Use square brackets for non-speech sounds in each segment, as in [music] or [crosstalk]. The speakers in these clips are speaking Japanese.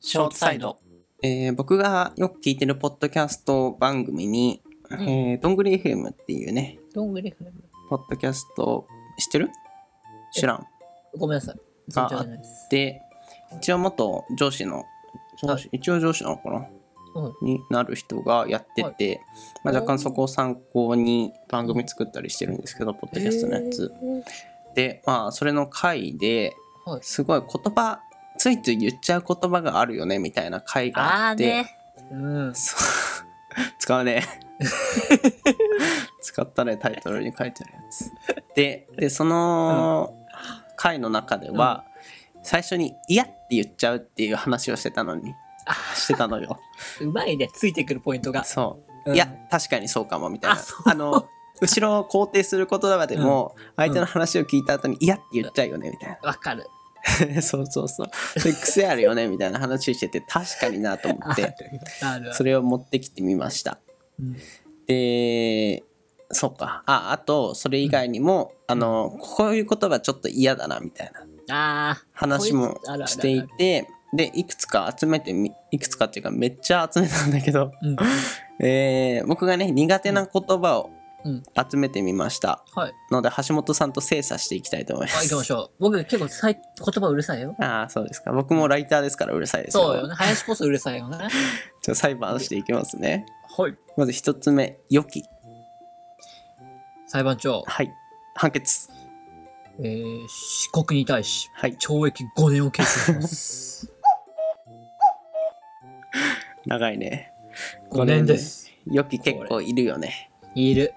ショートサイド。えー僕がよく聞いてるポッドキャスト番組に、んえーどんぐり FM っていうね、どんぐり FM。ポッドキャスト、知ってる知らん。ごめんなさい。存じ上げないです。で、一応元上司の、上司一応上司なのかなうんになる人がやってて、まあ、若干そこを参考に番組作ったりしてるんですけど、ポッドキャストのやつ。で、まあ、それの回で、はい。すごい言葉、ついつい言っちゃう言葉があるよね、みたいな回がああーって。ね。うん。そう使うね使ったねタイトルに書いてあるやつででその回の中では、最初に「嫌」って言っちゃうっていう話をしてたのにあしてたのようまいね。ついてくるポイントが。そうう、んいや確かにそうかもみたいなあそうの後ろを肯定することだでも、相手の話を聞いた後に「嫌」って言っちゃうよねみたいな [laughs] わかる。でそうそうそうそれ癖あるよねみたいな話してて確かになと思 [laughs] あっるて。ある。それを持ってきてみましたうんでそうかああとそれ以外にも、あのこういう言葉ちょっと嫌だなみたいなあー話もしてい。てでいくつか集めてみいくつかっていうかめっちゃ集めたんだけど、 [laughs] こいつあるあるあるえー僕がね苦手な言葉をうん。うん。集めてみましたはい。ので橋本さんと精査していきたいと思いまあ、行すきましょう。僕結構さい言葉うるさいよ。 [laughs] ああそうですか僕もライターですからうるさいですよそうよね。林こそうるさいよね。じゃあ裁判していきますねはい。まず一つ目「良き裁判長」、はい判決えー、被告に対し、はい懲役5年を決定 [laughs] します。長いね5年です。良き結構いるよねいる。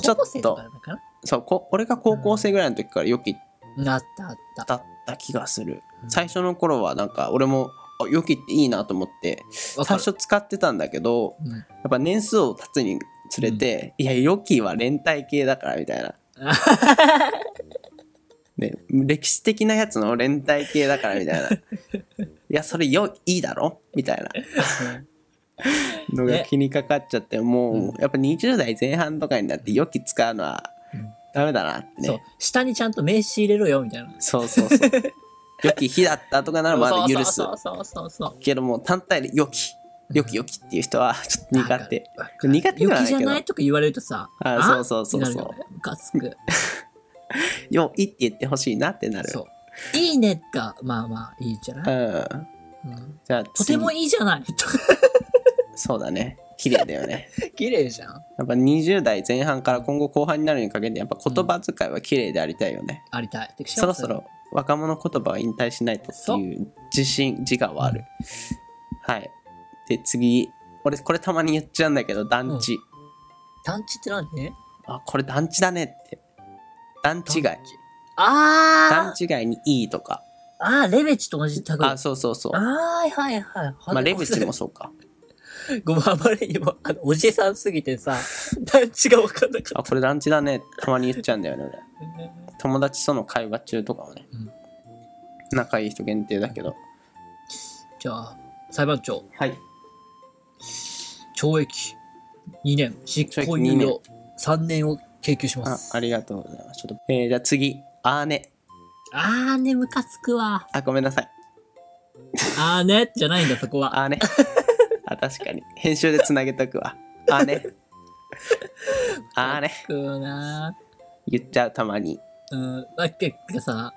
ちょっと高校生だったかなそうこ俺が高校生ぐらいの時から良きなったあった。だった気がするうん最初の頃はなんか俺もあ良きっていいなと思ってわ最か初る使ってたんだけどうん [laughs] やっぱ年数を経つにつれて、いや良きは連帯系だからみたい [laughs] なあ。ね、歴史的なやつの連帯系だからみ [laughs] たいないやそれよいいだろみたいなのが気にかかっちゃってもうやっぱ20代前半とかになって良き使うのはうんダメだなってね、そう。下にちゃんと名刺入れろよ、みたいな。そうそう [laughs] そう。良き日だったとかならまだ許すそ。うそうそうそう。けども単体で良き、良き良きっていう人はちょっと苦手。わかる。苦手ではな雪いじゃけどな、いとか言われるとさ、あそうそうそうそうってなるよねムカつく。良いって言ってほしいなってなる。そう。いいねが、まあまあ、いいじゃうない、ん。うん、じゃあと次てもいいじゃないとか。そうだね。綺麗だよね。 [laughs] 綺麗じゃん。やっぱ20代前半から今後後半になるにかけてやっぱ言葉遣いは綺麗でありたいよね。ありたい。そろそ。ろ若者言葉を引退しないとっていう自信自我はある。はい。で次俺これたまに言っちゃうんだけど団地。団地って何あこれ団地だねって段違い段あー違いにいいとかあー、レベチと同じタグ。あそうそうそうはいはいはい。まあレブチも。そうかごめん、あまりにも、あの、おじさんすぎてさ、団地が分かんなかあっこれ団地だねたまに言っちゃうんだよね俺たね。友達との会話中とかもね、仲いい人限定だけどじゃあ、裁判長、はい懲役2年、執行猶予3年を請求しまあす。ありがとうございますちょっと、えーじゃあ次あーねあーね、ムカつくわ。あごめんなさいあーね、じゃないんだ、そこは。 [laughs] あーねあ確かに編集でつなげとくわあー [laughs] ねあーねくーな言っちゃうたまにーうん、まあ、結構さ、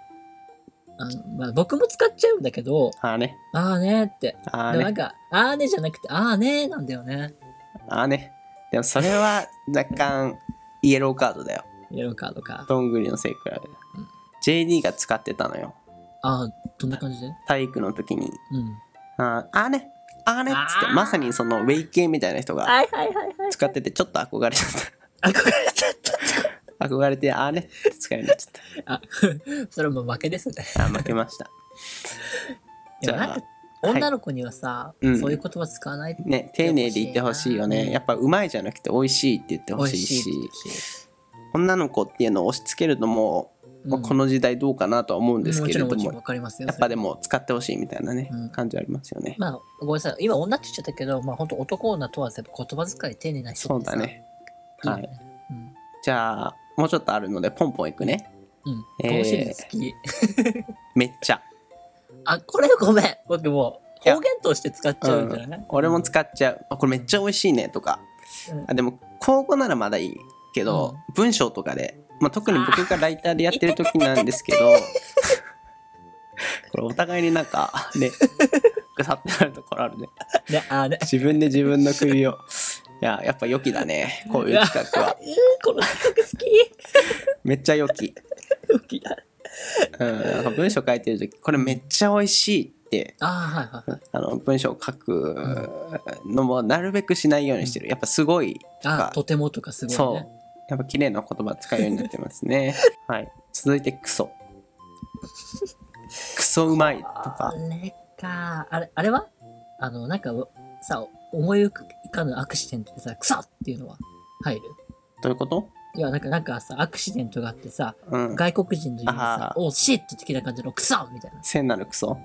あの、まあ、僕も使っちゃうんだけど、あーねあーねーって。あでーもなねんか、あーねじゃなくて、あーねーなんだよね。あーねでもそれは若干イエローカードだよイエローカードか。どんぐりの背比べだ、JD が使ってたのよあー、どんな感じで体育の時にうん。あーあーねあーねっつってあーまさにそのウェイ系みたいな人がはいはいはいはい。使っててちょっと憧れちゃっ憧れちゃった。た [laughs] 憧れてあーねって使いになっちゃっあ、 [laughs] それも負けですね。たあー負けましたじじゃゃああ、女の子にはさ、うんそういう言葉使わないね丁寧で言ってほしいようんねやっぱうまいじゃなくて美味しいって言って美ほし味いししい女の子っていうのを押し付けるのも、まあこの時代どうかなとは思うんですけれどもちろんもちもろんわかりますよ。やっぱでも使ってほしいみたいなね、うん感じありますよね、まあ、ごめんなさい。今、女って言っちゃったけど、まあ、本当男女問わず、言葉遣い丁寧な人そうってさだ。ねいいよはねいじゃあもうちょっとあるのでポンポンいくねうん。うん。えー楽しいです、好き。めっちゃあ、これごめん。僕もう、や方言として使っちゃうんじゃない、俺も使っちゃうあこれめっちゃ美味しいねとかうんあでも口語ならまだいいけど、文章とかで、まあ、特に僕がライターでやってる時なんですけど [laughs] これお互いになんかねぐさってなるところあるねね、あね。自分で自分の首をいややっぱ良きだねこういう企画は [laughs] うーこの企画好めっちゃ良き、き [laughs] 好きだ。うん、なんか文章書いてる時これめっちゃ美味しいってああ、はいはいはい。あの文章を書くのもなるべくしないようにしてるやっぱすごいとあかあ、とてもとかすごいね。そう。やっぱ綺麗な言葉使うようになってますね。 [laughs] はい。続いてクソ。クソうまいとあか。れか。あれ、あれはあの、なんか、さ、思い浮かぬアクシデントでさ、クソっていうのは入るどういうこといや、なんか、なんかさ、アクシデントがあってさ、うん。外国人の言うあ、さおシット的な感じのクソみたいな。聖なるクソ。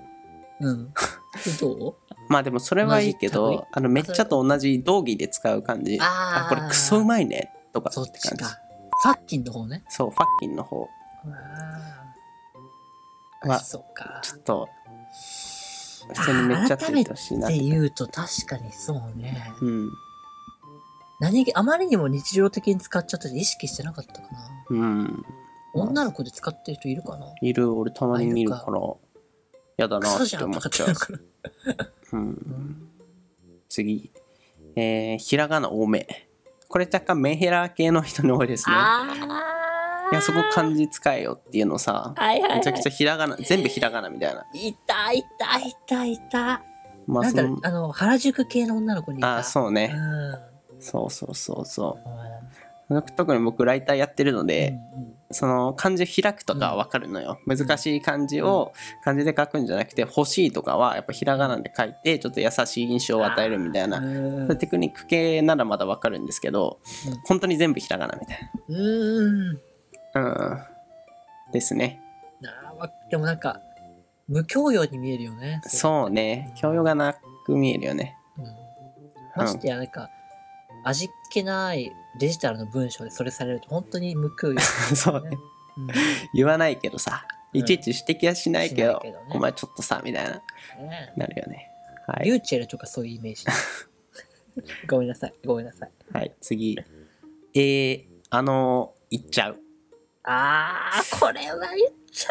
うん。 [laughs] どうまあでもそれはいいけ同じ類ど、あのめっちゃと同じ道義で使う感じ。ああ、こーれクソうまいね。とかそっってち感じ。か。ファッキンの方ね。そう、ファッキンの方。あうわあ。そうか。ちょっと、普通にめっちゃって言ってほしいなっってて。言うと確かにそうね。うん。何気、あまりにも日常的に使っちゃったし意識してなかったかな。うん。女の子で使ってる人いるかないる、俺たまに見るかあら、やだクなソっじてゃん思とかっってちゃなうる。から。うん、次、えー、ひらがな多め。これ若干メンヘラ系の人に多いですね。 [laughs] あいや、そこ漢字使えよっていうのさ、はいはい、はい。めちゃくちゃひらがな、全部ひらがなみたいな。いたいたいたいた。まあ、なんそのか、あの、原宿系の女の子にいた。あ、そううね。ん。そうそうそうそうんう。特に僕、ライターやってるので、うんその漢字開くとかはわかるのよ。難しい漢字を漢字で書くんじゃなくて、欲しいとかはやっぱひらがなで書いて、ちょっと優しい印象を与えるみたいな。うんテクニック系ならまだわかるんですけど、うん本当に全部ひらがなみたいな。うん。うんですね。なあわでもなんか、無教養に見えるよね。そうね。教養がなく見えるよね。 [laughs] うん。ましてや、なんか、味っ気ないデジタルの文章でそれされると、本当に無教養、ね。そうね。うん。言わないけどさ。うんいちいち指摘はし [laughs] ないけど、しないけどねお前ちょっとさ、みたいな、ねなるよね。はリい。ューチェルとかそういうイメージ。ごめんなさい、ごめんなさい。はい、次。えー、あのー、行っちゃう。あー、これは言っちゃ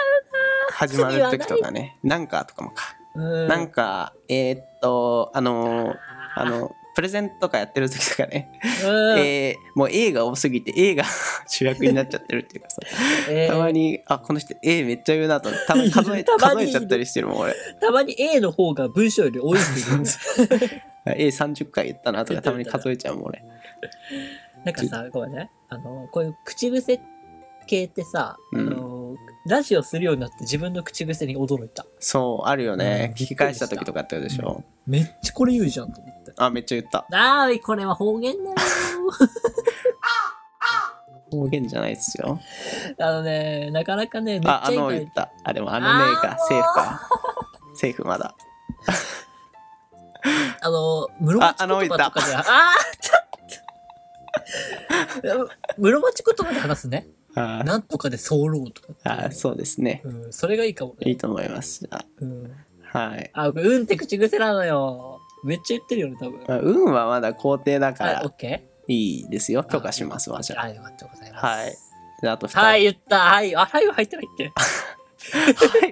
始まる時とかね。なんかとかもか。うな。うなんか、えーっと、あのー、あの、プレゼントとかやってる時とかね。うんえー、もう A が多すぎて A が [laughs] 主役になっちゃってるっていうかさ。えーたまに、あ、この人、A めっちゃ言うなと思って、たまに数え、 [laughs] たまに数えちゃったりしてるもん、 [laughs] 俺。たまに A の方が文章より多いんだけど A30 回言ったなとか、たまに数えちゃうもん、俺。なんかさ、ごめんね。あの、こういう口癖系ってさ、うんあの、ラジオするようになって自分の口癖に驚いた。そう、あるよね。うん聞き返した時とかってことでしょ。めっちゃこれ言うじゃんと思って。あ、めっちゃ言った。あーい、これは方言だよ。 [laughs] 方言じゃないっすよ。あのね、なかなかね、めっちゃあ、あいいのから言った。あ、でもあのねえあかー、セーフか。セーフまだ。あの、室町言葉とかで、ああーちょっと。 [laughs] 室町言葉で話すね。あーなんとかで候とか。あー、そうですね。うん、それがいいかもいいね。と思います。あうん、はい。あ、うんって口癖なのよ。めっちゃ言ってるよね、多分。まあ運はまだ肯定だかはい、オら、ッケいいですよ。ー許可しますわ、じゃあ、よかったございます。あ。はい。じゃあ、あと2人。はい、言った。はい。あ、はいは入ってない [laughs] って。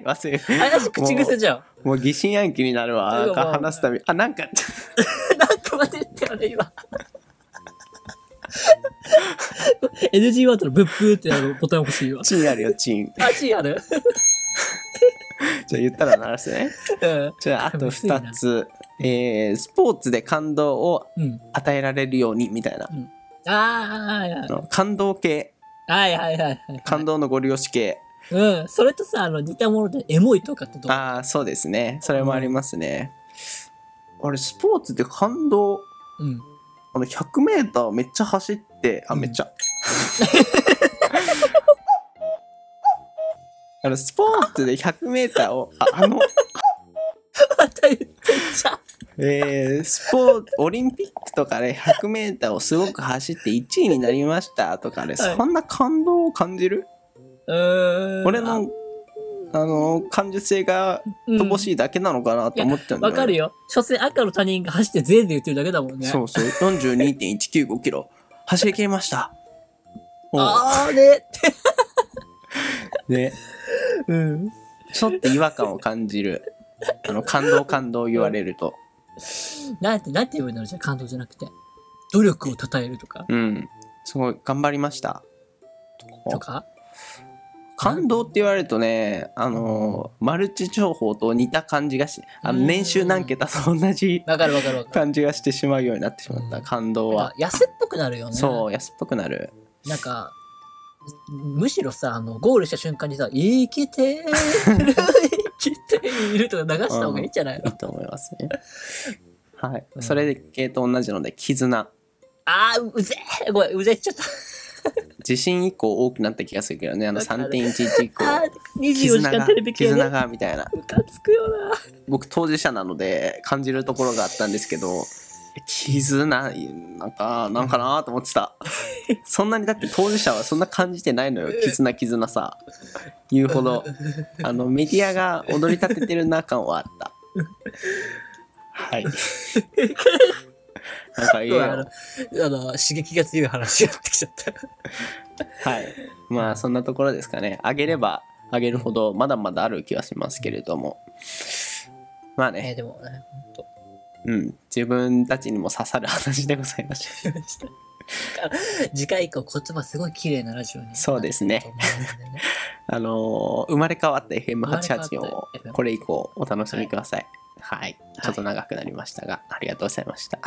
はい、忘れる。あれだし口癖じゃん。もう疑心暗鬼になるわ。なんか話すたび、あ、なんか、 [laughs] なんかまで言ったよね、今。NG ワードのブッブーってあのボタン欲しいわ。チンあるよ、チン。あ、C あるじゃあ言ったら鳴らすね。うん。じゃあ、あと2つ。えー、スポーツで感動をうん。与えられるように、みたいな。あーあの感動系、はいはいはいはいはい。感動のご利用し系。うん。それとさ、あの、似たもので、エモいとかってどうああ、そうですね。それもありますね。あれ、スポーツで感動、うん。 [laughs] あの、100メーターめっちゃ走って、あ、うんめっち [laughs] ゃ。あの、スポーツで100メーターを、ああの、また言ってんじゃん。えースポーツ、 [laughs] オリンピックとかで100メーターをすごく走って1位になりましたとかで、はいそんな感動を感じる、うーん。俺のあの感受性がうん乏しいだけなのかなと思ってるんだわかるよ。所詮赤の他人が走って全で言ってるだけだもんね。そうそう42.195キロ走り切りましたおうあれって。ね [laughs] うん。ちょっと違和感を感じるあの感動感動言われるとなんて、なんて言えばいいんだろう、じゃあ感動じゃなくて。努力を称えるとか。うんすごい頑張りましたとか。感動って言われるとねあのマルチ情報と似た感じがしあのうん年収何桁と同じわかるわかるわかる。感じがしてしまうようになってしまった感動なんはか安っぽくなるよね。そう安っぽくなるなんか、むしろさ、あの、ゴールした瞬間にさ、生きてー [laughs] る、生きているとか流した方がいいんじゃないの、いいと思います [laughs] ねはいうんそれ系と同じので絆あー、うぜえごめん、うぜえって言っちゃっ地震以降多くなった気がするけどねあのわかる3.11以降 [laughs] た。あー、24時絆間がテレビ系絆ね。がみたいなムカつくよな。僕当事者なので感じるところがあったんですけど絆なんかなんかなと思ってたそんなにだって当事者はそんな感じてないのよ絆絆さ言うほどあのメディアが踊り立ててるな感はあったはいなんかいい [laughs] あのよ、あの、刺激が強い話やってきちゃった。はいまあそんなところですかね上げれば上げるほどまだまだある気はしますけれどもまあ [laughs] えねー、でもね、ほんとうん自分たちにも刺さる話でございました [laughs] 思いました。次回以降、言葉すごい綺麗なラジオに。そうですね。あのー生まれ変わった FM884 を生まれ変わった FM これ以降お楽しみください。はい。ちょっと長くなりましたが、ありがとうございました。